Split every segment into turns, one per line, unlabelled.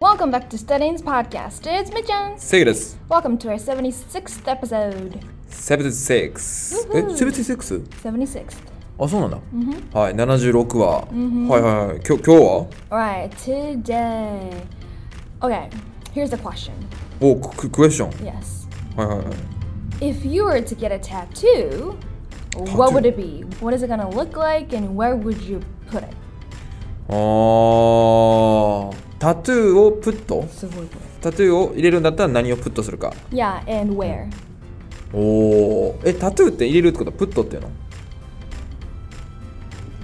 Welcome back to Studying's podcast. It's Mitch Jones.
セイです。
Welcome to our 76th episode.
76。え、76?
76th.
あ、そうなんだ。はい、76話。はいはいはい。今日今日は
Alright, today. Okay, here's the question.
おク、ククエスチョン。
Yes.
はいはいはい。
If you were to get a tattoo, what
Tattoo?
would it be? What is it gonna look like and where would you put it?
あー、タトゥーをプットタトゥーを入れるんだったら何をプットするか。
Yeah, and where?
おー。え、タトゥーって入れるってことはプットっていうの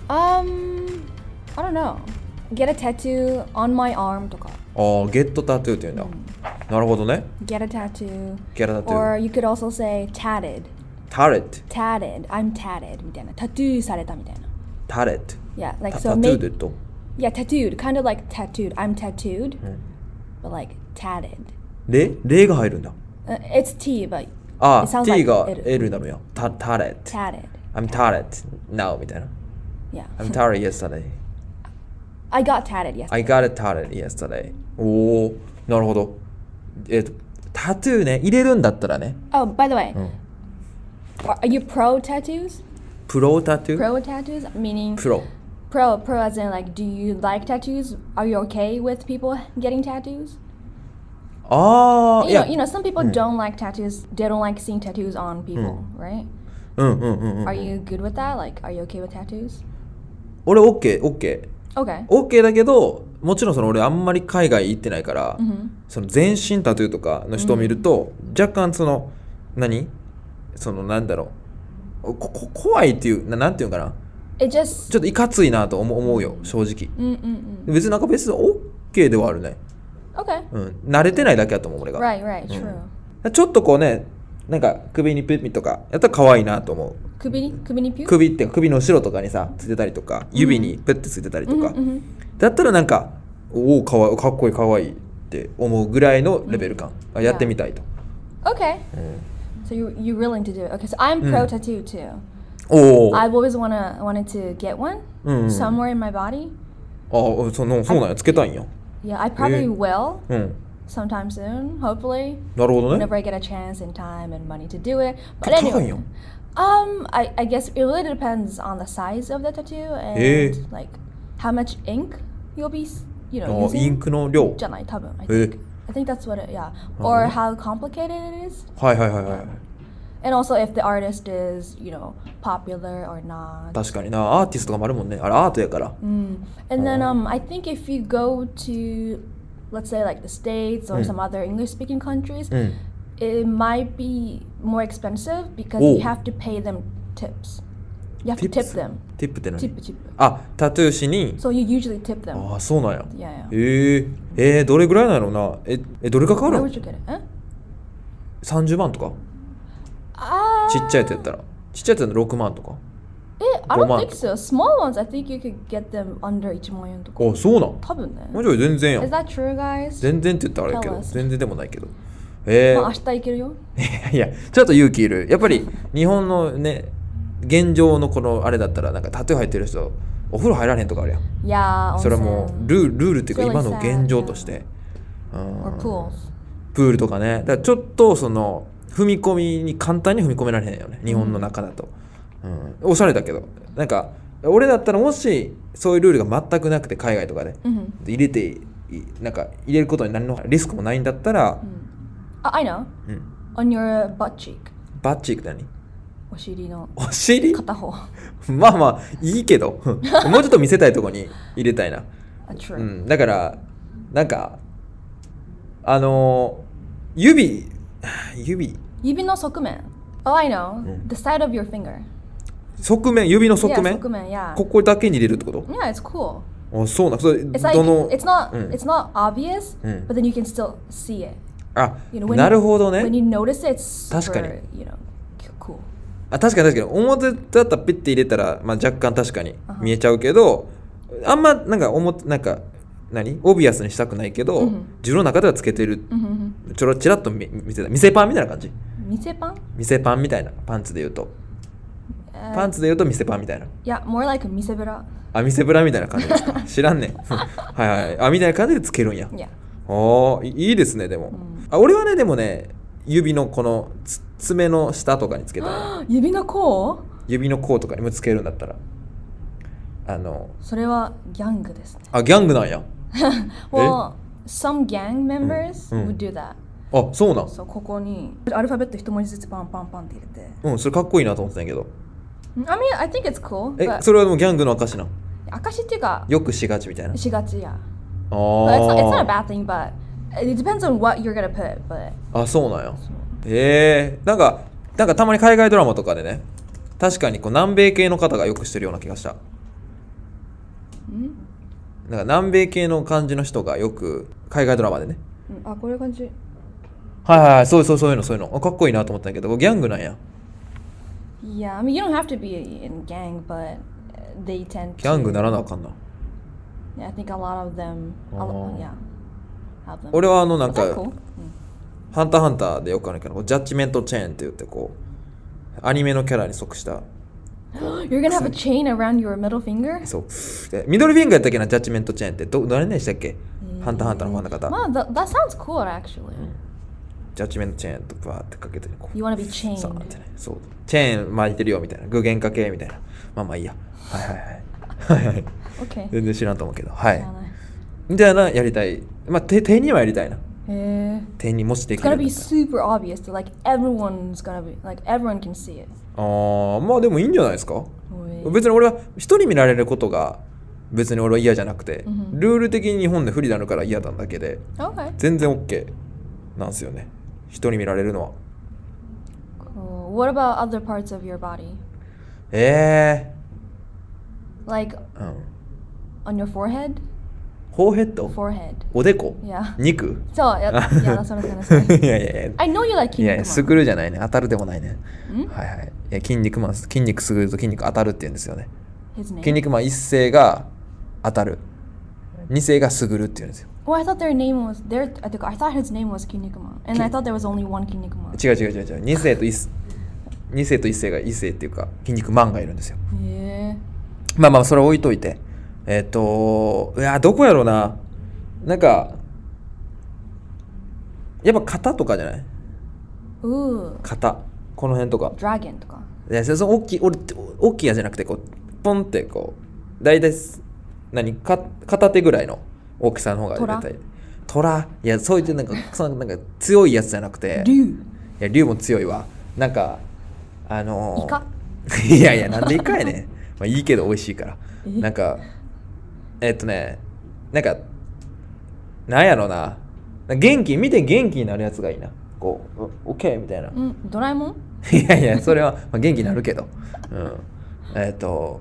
Um, I don't know. Get a tattoo on my arm とか。
あー、ゲットタトゥーっていうんだ。なるほどね。
Get a tattoo.
ギャラタトゥー。
Or you could also say tatted.
タレット。
tatted, I'm tatted みたいな、タトゥーされたみたいな。
タレット。
Yeah,
タ
like
タ
so
トゥー
make
でと。
yeah tattooed, kind of like tattooed. I'm tattooed, but like tatted.
レ、レが入るんだ。
Uh, it's T, but
あ
It sounds
ー、T が
like L
L なのよ。タ、タレット。
tatted.
I'm tired now みたいな。
Yeah,
I'm tired yesterday.
I got tatted yesterday.
I got it tired yesterday. おお、なるほど。えっ、と、タトゥーね、入れるんだったらね、
Oh, by the way, are, are you pro tattoos?
プロタトゥー
Pro tattoos meaning
プロ。
pro pro as in like, do you like tattoos? Are you okay with people getting tattoos?
ああ、い
You know,
や、
you know, some people don't like tattoos. They don't like seeing tattoos on people, right?
うんうんうんうん。
Are you good with that? Like, are you okay with tattoos?
俺、OK、OK。
Okay.
OK だけど、もちろんその俺、あんまり海外行ってないから、その全身タトゥーとかの人を見ると、若干その、何その、なんだろう。ここ怖いっていうな、なんていうのかな。
It just mm,
ちょっといかついなと思う思うよ、正直。
Mm-mm-mm.
別になんか別に OK ではあるね。
Okay.
うん。慣れてないだけだと思う、俺が。
Right, right, true.
ちょっとこうね、なんか首にプッピとか、やったら可愛いなと思う。
Kubini, Kubini Pew?
首って首の後ろとかにさ、ついてたりとか、指にプッてついてたりとか。
Mhm.
だったらなんか、おお、かわかっこいい、かわいいって思うぐらいのレベル感。あやってみたいと。
Okay. So you you're willing to do it. Okay, so I'm pro tattoo too.
おお。あ
I've always wanna wanted to get one somewhere in my body.
あ、そのそうなんや、つけたいんや。
Yeah, I probably
Yeah.
will
うん。
sometime soon, hopefully.
なるほどね
Whenever。I get a chance and time and money to do it. But
高いんや
anyway.。Um I, I guess it really depends on the size of the tattoo and
Yeah. Oh,
like how much ink you'll be s- you
あ
know
ー
using.
インクの量。
じゃない多分 I
え
think I think that's what it yeah or how complicated it is
はいはいはいはい。
and also if the artist is you know popular or not
確かにな、アーティストとかもあるもんね。あれ、アートやから。
and then um I think if you go to let's say like the states or some other English speaking countries
うん。
it might be more expensive because you
Oh.
have to pay them tips you have to tip
Tips?
them
ティップって何
tip tip
あ、タトゥー師に。
so you usually tip them
ああ、そうなんや。
yeah yeah
えええーどれぐらいなのなえ、え、どれかかる
where
の
would you get it huh?
?30 万とか
Ah,
ちっちゃいやつやったら。ちっちゃいやつやったら6万とか。
eh, I
5万
don't think so. Small ones, I think you could get them under 1万円とか。
あ、そうなん。
多分ね。
もうちょい全然や
Is
ん。
that true, guys?
全然って言ったらあれやけ
Tell
ど、
us.
全然でもないけど。え
まあ明日
ー
行けるよ。
いや、ちょっと勇気いる。やっぱり、日本のね、現状のこのあれだったら、なんかタトゥー入ってる人、お風呂入られへんとかあるやん。
いやー、
それはもう、ルール、ルールっていうか、
It's really
今の現状
sad,
として。うん
温泉。Or pools.
プールとかねだからちょっとその踏み込みに簡単に踏み込められへんよね日本の中だと、うんおしゃれだけどなんか俺だったらもしそういうルールが全くなくて海外とかで、
うん。
入れていなんか入れることに何のリスクもないんだったら、
あ、I know.
うん
On your butt cheek.
バッチークだに
お尻の
お尻
片方。あ
まあまあいいけどうんもうちょっと見せたいとこに入れたいな、う
true.
ん、だからなんかあのー指指
指の側面。Oh, I know. The side of your finger.
側面指の側
Yeah,
面
側面、yeah.
ここだけに入れるってこと
Yeah, it's cool.
あそうなんそれ
It's like,
どの
it's not,
うん
it's not obvious,
うん
but then you can still see it.
あ
You know, when
なるほど
When
ね
you notice it, it's super,
確かに
you know, cool.
あ確かに確かに表だったらピッて入れたら、まあ、若干確かに見えちゃうけどあんまなんか思っなんか何オビアスにしたくないけど、自分の中ではつけてる
うんうんうん
ちょろちらっと見見せた見せパンみたいな感じ
店パン
見せパンみたいなパンツで言うとパンツで言うと見せパンみたいな
Yeah, more like 店ぶら。
あ見せブラみたいな感じですか知らんねんはいはいあみたいな感じでつけるんや
Yeah.
ああいいいですねでも、
ん
あ俺はねでもね指のこのつ爪の下とかにつけた い
指の甲
指の甲とかにもつけるんだったらあの
それはギャングですね。
あギャングなんや
Well, some gang members
うんう
would
ん
do that.
あそうなん
そうここにアルファベット一文字ずつパンパンパンって入れて。
うんそれかっこいいなと思ってたんやけど
I mean, I think it's cool.
え
but-
それはでもギャングの証なん
証っていうか、
よくしがちみたいな
しがちや。
あ
But It's not, it's not a
ー
bad thing, but it depends on what you're gonna put. But
あそうなんやへえなんかなんかたまに海外ドラマとかでね確かにこう南米系の方がよくしてるような気がした
ん
なんか南米系の感じの人がよく海外ドラマでね
うん Mm, あ、こういう感じ。
はいはいはいそうそうそういうのそういうのあかっこいいなと思ったんやけどギャングなんや
Yeah, I mean, you don't have to be in gang, but they tend to.
ギャングならなあかんな
Yeah, I think a lot of them. a lo-
あー
yeah. Have them.
俺はあのなん
Was that
か
cool?
「ハンターハンター」でよくあるけどこうジャッジメントチェーンって言ってこうアニメのキャラに即した
You're gonna have a chain around your middle finger?
そうでミドルフィンガーやったっけなジャッジメントチェーンってど誰でしたっけハンターハンターのファンの方
Wow, that, that sounds cool actually.
ジャッジメントチェーンとバーってかけてこう
You wanna be chained.
そうなんてねそうチェーン巻いてるよみたいな具現化系みたいなまあまあいいやはいはいはいはいはい
Okay.
全然知らんと思うけどは
知ら
い
ない
みたいなやりたいまあ手手にはやりたいな
へー
手にもしで
It's
きる
gonna
んだ
be
った
super
ら
obvious to like everyone's gonna be like everyone can see it.
あーまあでもいいんじゃないですか
おい
別に俺は人に見られることが別に俺は嫌じゃなくて、ルール的に日本で不利なるから嫌なんだけで
Okay.
全然 OK なんですよね人に見られるのは
Cool. What about other parts of your body?
え
Like
えうん
on your forehead?
ホーヘッド
Forehead.
おでこ
Yeah.
肉
So uh, yeah, yeah, that's what I was gonna say.
いやいやいや
I know you like
いやい
Kingdom
やすぐるじゃないね当たるでもないね
ん
はいはいいや筋肉マン筋肉すぐると筋肉当たるって言うんですよね
His
筋
name.
肉マン一世が当たる二世がすぐるって言うんですよ
Well, Oh, I thought their name was their. I think- I thought his name was Kinnikuman, and I thought there was only one Kinnikuman.
違う違う違う違う二世と一世二世と一世が一世っていうか筋肉マンがいるんですよ
Yeah.
まあまあそれ置いといてえっ、といやどこやろうななんかやっぱ型とかじゃない
Ooh.
型この辺とか
Dragon とか。
いやそその大きい俺大きいやじゃなくてこうポンってこう大体す何か片手ぐらいの大きさの方が
虎
大体虎いやそういってなんかそのなんか強いやつじゃなくてい
Dude.
や竜も強いわなんかあのー、
イカ
いやいやなんでイカやねんまあいいけど美味しいから
え
なんかえっとねなんかなんやろな元気見て元気になるやつがいいなこうオッケーみたいな
うん、ドラえもん
いやいや、それは、まあ、元気になるけど。うん。えっ、と、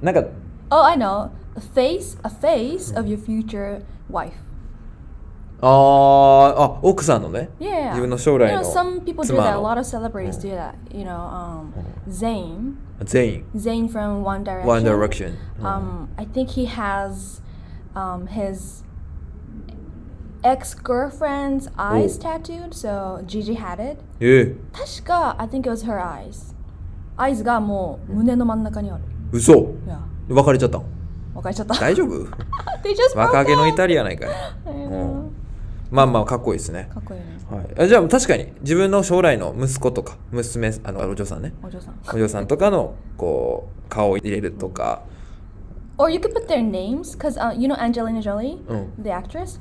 なんか、
Oh, I know. A face, a face of your future wife.
あーあ、奥さんのね、
Yeah.
自分の将来
You know,
の妻
some people do that. A
の
lot of celebrities do that. You know, um, Zayn,
全員、
Zayn from One Direction.
One Direction。
Um, I think he has um, his ex-girlfriend's eyes
Oh.
tattooed. So Gigi had it.
ええ、
確か I think it was her eyes. eyes がもう胸の真ん中にある。
嘘
いや、
別れちゃったの
わかりちゃった。
大丈夫
They just broke
若気の
up.
至りやないかい。うん。まあまあ、かっこいいですね。
かっこいいね。
はいあ、じゃあ、確かに、自分の将来の息子とか、娘、あの、お嬢さんね。
お嬢さん。
お嬢さんとかの、こう、顔を入れるとか、
Or you could put their names, because uh, you know Angelina Jolie,
Mm.
the actress.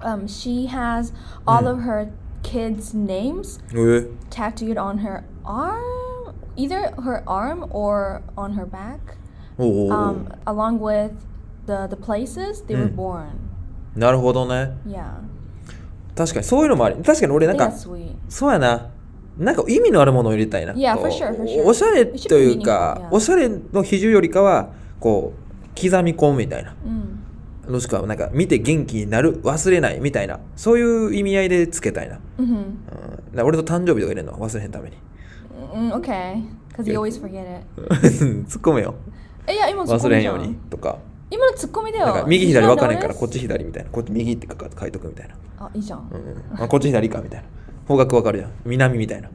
Um, she has all
Hmm.
of her kids' names
ええ
tattooed on her arm, either her arm or on her back,
おうおうおう
um, along with the the places they were
Mm.
born.
なるほどね。
Yeah,
確かに、そういうのもあり。確かに俺、な
I
ん
think
か
that's、sweet.
そうやな。なんか意味のあるものを入れたいな。
Yeah,
こう
for sure, for sure.
おしゃれというか
It should be meaningful, yeah.、
おしゃれの比重よりかは、こう、刻み込むみたいな。
Mm.
もしくは、なんか、見て元気になる、忘れないみたいな。そういう意味合いでつけたいな。
hmm
うん、だから俺と誕生日とか入れるのは忘れへんために。
Mm, okay, because you always forget it.
突っ込めよ。
えいや今のツッコ
忘れへ
ミ
ん
じゃ
ように
ん。
とか。
今のツッコミだよ。
なんか、右左
Did you
分かれへんから、
notice?
こっち左みたいな。こっち右って書か書いとくみたいな。
あいいじゃん。
うんうんあこっち左かみたいな。方角分かるじゃん。南みたいな。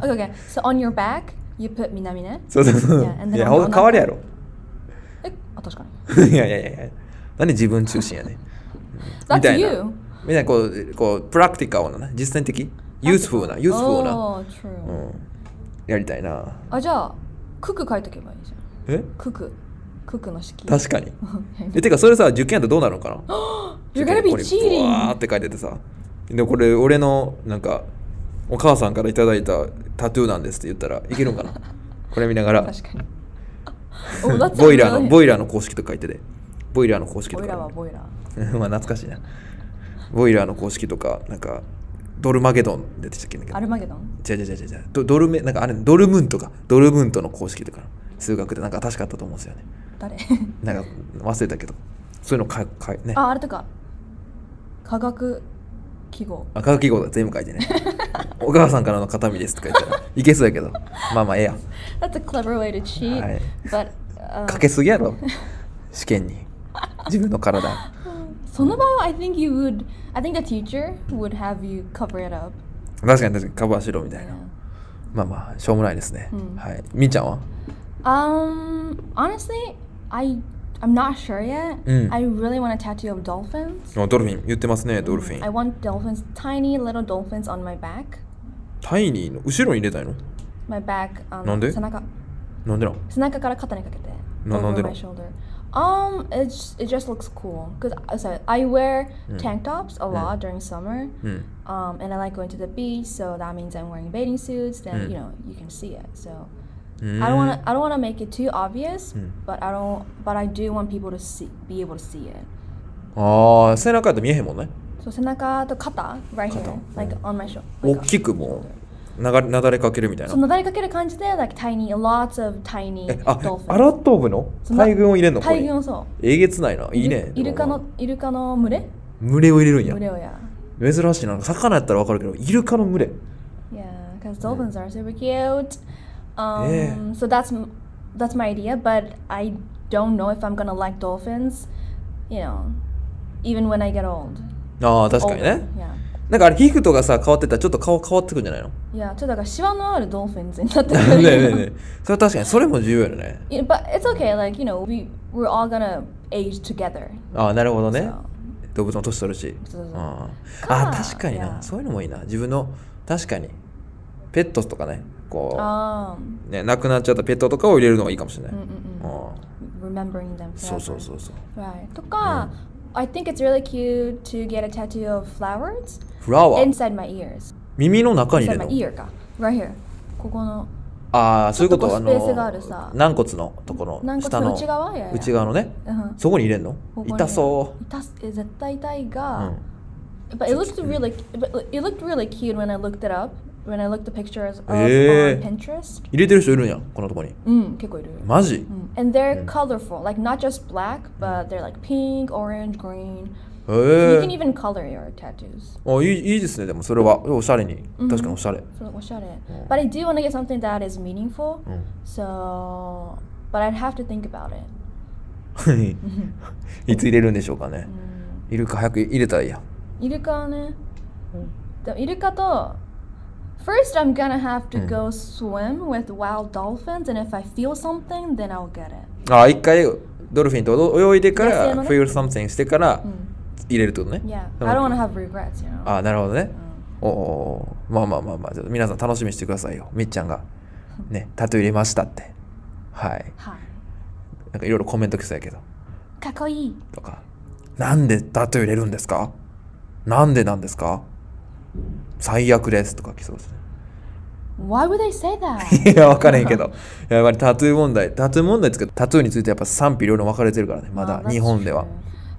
Okay, okay. So on your back, you put 南ね。
そうそうそ
いや
う。いや、方角変わるやろ。
えあ確かに。
いやいやいやいや。なんで自分中心やねん。みた
That's
いな
you.
みたいなこうこうプラクティカルなね実践的ユースフルなユースフルな、
Oh,
う
true.
ん、やりたいな
あ、じゃあ、九九書いとけばいいじゃん。
え
九九。九九の式。
確かに
You're
えてかそれさ受験やったらどうなるのかな
gonna be
これブワー
cheating.
って書いててさでこれ俺のなんかお母さんからいただいたタトゥーなんですって言ったらいける んかなこれ見ながら
確かに。Oh, that's
ボイラーの
annoying.
ボイラーの公式とか書いててボイラーの公式と
ボ
か
イラーはボイラー。
まあ懐かしいなボイラーの公式とかなんかドルマゲドン出てきたっけなんか
アルマゲドン
違う違う違う違うドドルメなんかあれドルムントかドルムントの公式とか数学でなんか確かあったと思うんですよね
誰
なんか忘れたけどそういうのかかね
あ、あれとか。科学記号。
あ科学記号が全部書いてね お母さんからの形見ですとか言ったらいけそうやけどまあまあええや
That's a clever way to cheat.
はい
But,
か
uh,
けすぎやろ試験に自分の体
その場合は、I think you would, I think the teacher would have you cover it up.
確かに確かにカバーしろみたいな
Yeah.
まあまあしょうもないですね、
うん
はいみーちゃんは
Um, honestly, I I'm not sure yet.
Mm.
I really want a tattoo of dolphins.
あドルフィン言ってますねドルフィ
I
ン
want dolphins, tiny little dolphins on my back.
タイニーの後ろに入れたいの
My back. Um,
なんで？
背中
なんでなの
背中から肩にかけて。
な
over
なんでな
my shoulder. Um, it's it just looks cool. Cause I sorry, I wear
Mm.
tank tops a lot during summer.
うん、
Um, and I like going to the beach, so that means I'm wearing bathing suits. Then
Mm.
you know you can see it. So
うーん
I don't want to I don't want to make it too obvious,
Mm.
but I don't but I do want people to see be able to see it.
ああ背中やったら見えへんもんね
そう背中と肩 right
肩
here like on my shoulder
大きくもう流れなだれかけるみたい
そ
な
のなだれかける感じで like tiny lots of tiny
えあ
dolphins
アラットーブの
そんな
大群を入れんのこ
大
れ
群をそ
えげつないな
う
い
い
いね
イルカのイルカの群れ
群れを入れるんや
群れをや
珍しいな魚やったらわかるけどイルカの群れ
yeah because dolphins are super cute
Yeah.
um so that's m- that's my idea but I don't know if I'm gonna like dolphins you know even when I get old
ああ確かに
Older.
ねなんかあれ皮膚とかさ変わってたらちょっと顔変わってくんじゃな いの
yeah yeah ちょっとだからシワのあるドルフィンズになってく
ねえ
る
ねえねえそれは確かにそれも重要よね
Yeah, but it's okay. Like you know, we we're all gonna age together.
ああなるほどね
So,
動物も年取るし
そうそうそう
あ
か
あ確かに
い
な
や
そういうのもいいな自分の確かにペットとかねこ
um,
うね亡くなっちゃったペットとかを入れるのがいいかもしれない
mm, mm,
あ
mm.
あ
remembering them.
そうそう
forever.
そうそう
Right. とか、I think it's really cute to get a tattoo of flowers
フラワー
inside my ears.
耳の中に入
Inside
れ
my
るの
ear か。Right here. ここの。
ああそういうことあ
ちょっとこうスペースがある
の
さ
軟骨のところ
軟
の
骨
下
の
の
内側いやいや
内側のね
うん
そこに入れんの
ここに
痛そ、
痛すえ絶対痛いうが
うん、
But it looked really, but it looked really cute when I looked it up. When I looked the pictures up
え
on
ー
Pinterest.
入れてる人いるんやこのとこに
うん、結構いる。
マジ
Mm. And they're colorful, like not just black, but they're like pink, orange, green.
へ
You
え
can even color your tattoos.
あいいいいですねでもそれはおしゃれに確かにおしゃれ
So, oshare. But I do want to get something that is meaningful.
うん
So, but I'd have to think about it.
いつ入れるんでしょうかね
Mm.
いるか早く入れたらいいや
Iruka Iruka to. First, I'm gonna have to go swim with wild dolphins, and if I feel something, then I'll get it.
あ一回ドルフィンと泳いでか
野生の
ら
ね
フ e ルサム i ンしてから
ん
入れるってことね
Mm. Yeah,
でも
I don't want to have regrets, you know.
あなるほどねおおーまあまあまあまあちょっと皆さん楽しみにしてくださいよみっちゃんがねタトゥー入れましたってはいなんかいろいろコメント来そうやけど
はい。かっこいい。
とかなんでタトゥー入れるんですかなんでなんですか最悪ですとか来そうですね
Why would they say that?
いや、分からへんけど、やっぱりタトゥー問題、タトゥー問題ですけど、タトゥーについてやっぱ賛否両論分かれてるからね、ま
Wow,
だ
that's
日本では
true.。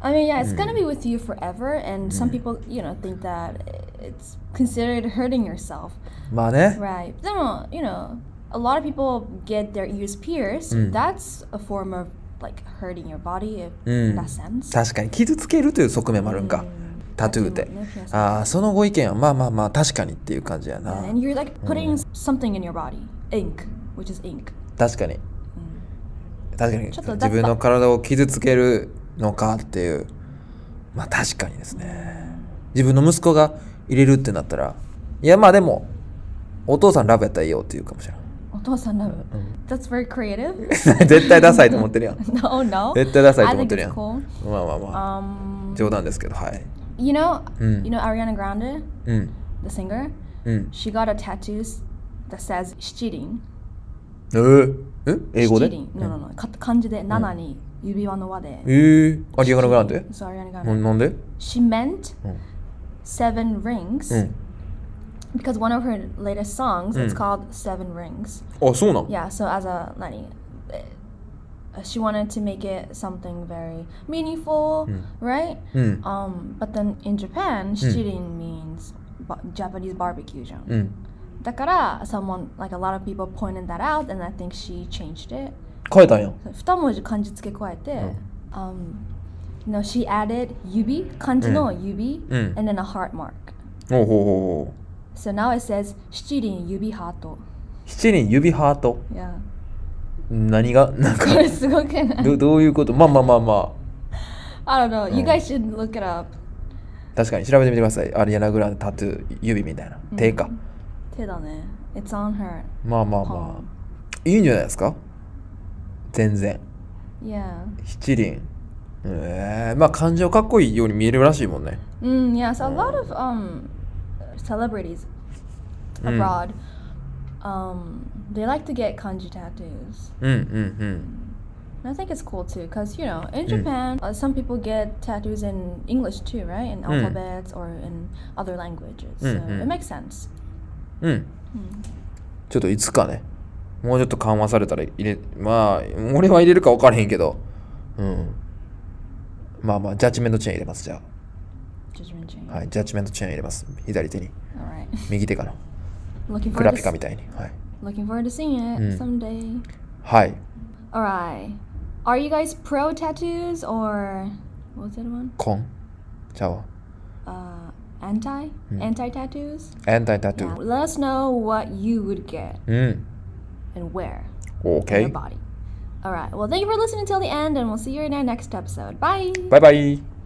I mean, yeah, it's gonna be with you forever, and some people, you know, think that it's considered hurting yourself,
まあね、
right? でも you know, a lot of people get their ears pierced. That's a form of like hurting your body, if in that sense.
確かに傷つけるという側面もあるんか、タトゥーって
タトゥーもねピア。ス
ああ、そのご意見はまあまあまあ、確かにっていう感じや
Yeah,
な。
And you're like putting something in your body, ink, which is ink.
確かに。確かに、
ちょっと
自分の体を傷つけるのかっていう、まあ確かにですね。自分の息子が入れるってなったら、いやまあでも、お父さんラブやったらいいよって言うかもしれな
あ
い。
お父さんラブ。
うん。
Mm. That's very creative.
Mm。 絶対ダサいと思ってるやん
no, no.
絶対ダサい
I
と思っ
think
てるや
it's
ん
cool.
まあまあまあ
Um,
冗談ですけどはい
you know,
うん
you know Ariana Grande,
うん
the singer.
うん。
She got a tattoo that says "cheating."
えー、え英語で
cheating. No, no, no. か漢字で七に指輪の輪で。
えー、アリアナ・グランデ
So Ariana
な
Grande.
なんで
She meant
うん。
seven rings
うん。
because one of her latest songs it's
うん。
called Seven Rings.
あ、そうなの
Yeah, so as a Lenny, uh, she wanted to make it something very meaningful, right?
うん。
Um, but then in Japan, shirin means ba- Japanese barbecue. じゃん。
うん。
だから someone like a lot of people pointed that out, and I think she changed it.
変えたんや。
二文字漢字付け加えて、um, you know, she added yubi 漢字の指、
うん。
and then a heart mark.
おうほうほうほ
So now it says shirin yubi hato.
う。七人指ハート。
Yeah.
何がなん か
これすごくない？
ど、どういうことまあまあまあま
I don't know.
Oh.
You guys should look it up.
あ。確かに調べてみてください。アリアナ・グランデタトゥー指みたいな。手か。
手だね。It's on her.
まあまあまあ。いいんじゃないですか全然。
Yeah.
七輪。ええまあ感情かっこいいように見えるらしいもんね。
Mm, yeah. So a lot of um celebrities
Mm.
abroad um they like to get kanji tattoos.
うんうん
And I think it's cool too, cause you know in Japan uh, some people get tattoos in English too, right? In alphabets or in other languages. So
Mm, mm.
it makes sense.
うん。うん。ちょっといつかね。もうちょっと緩和されたら入れ、まあ、俺は入れるか分からへんけど。うん。まあまあ、ジャッジメントチェーン入れます、じゃ
Judgment chain.
あ。はい、ジャッジメントチェーン入れます。左手に。
All right.
右手かな。
Looking
グ
forward.
ラピカ
To,
みたいに。はい。
looking forward to seeing it someday.
はい。
All right. Are you guys pro tattoos or what was the other one?
コン。ちゃうわ。
Uh, anti anti tattoos.
エンタイタト
Yeah.
ゥー。
Let us know what you would get
うん。
and where
オー
on
ケ
your
ー。
body. All right. Well, thank you for listening till the end, and we'll see you in our next episode. Bye.
バイバイ。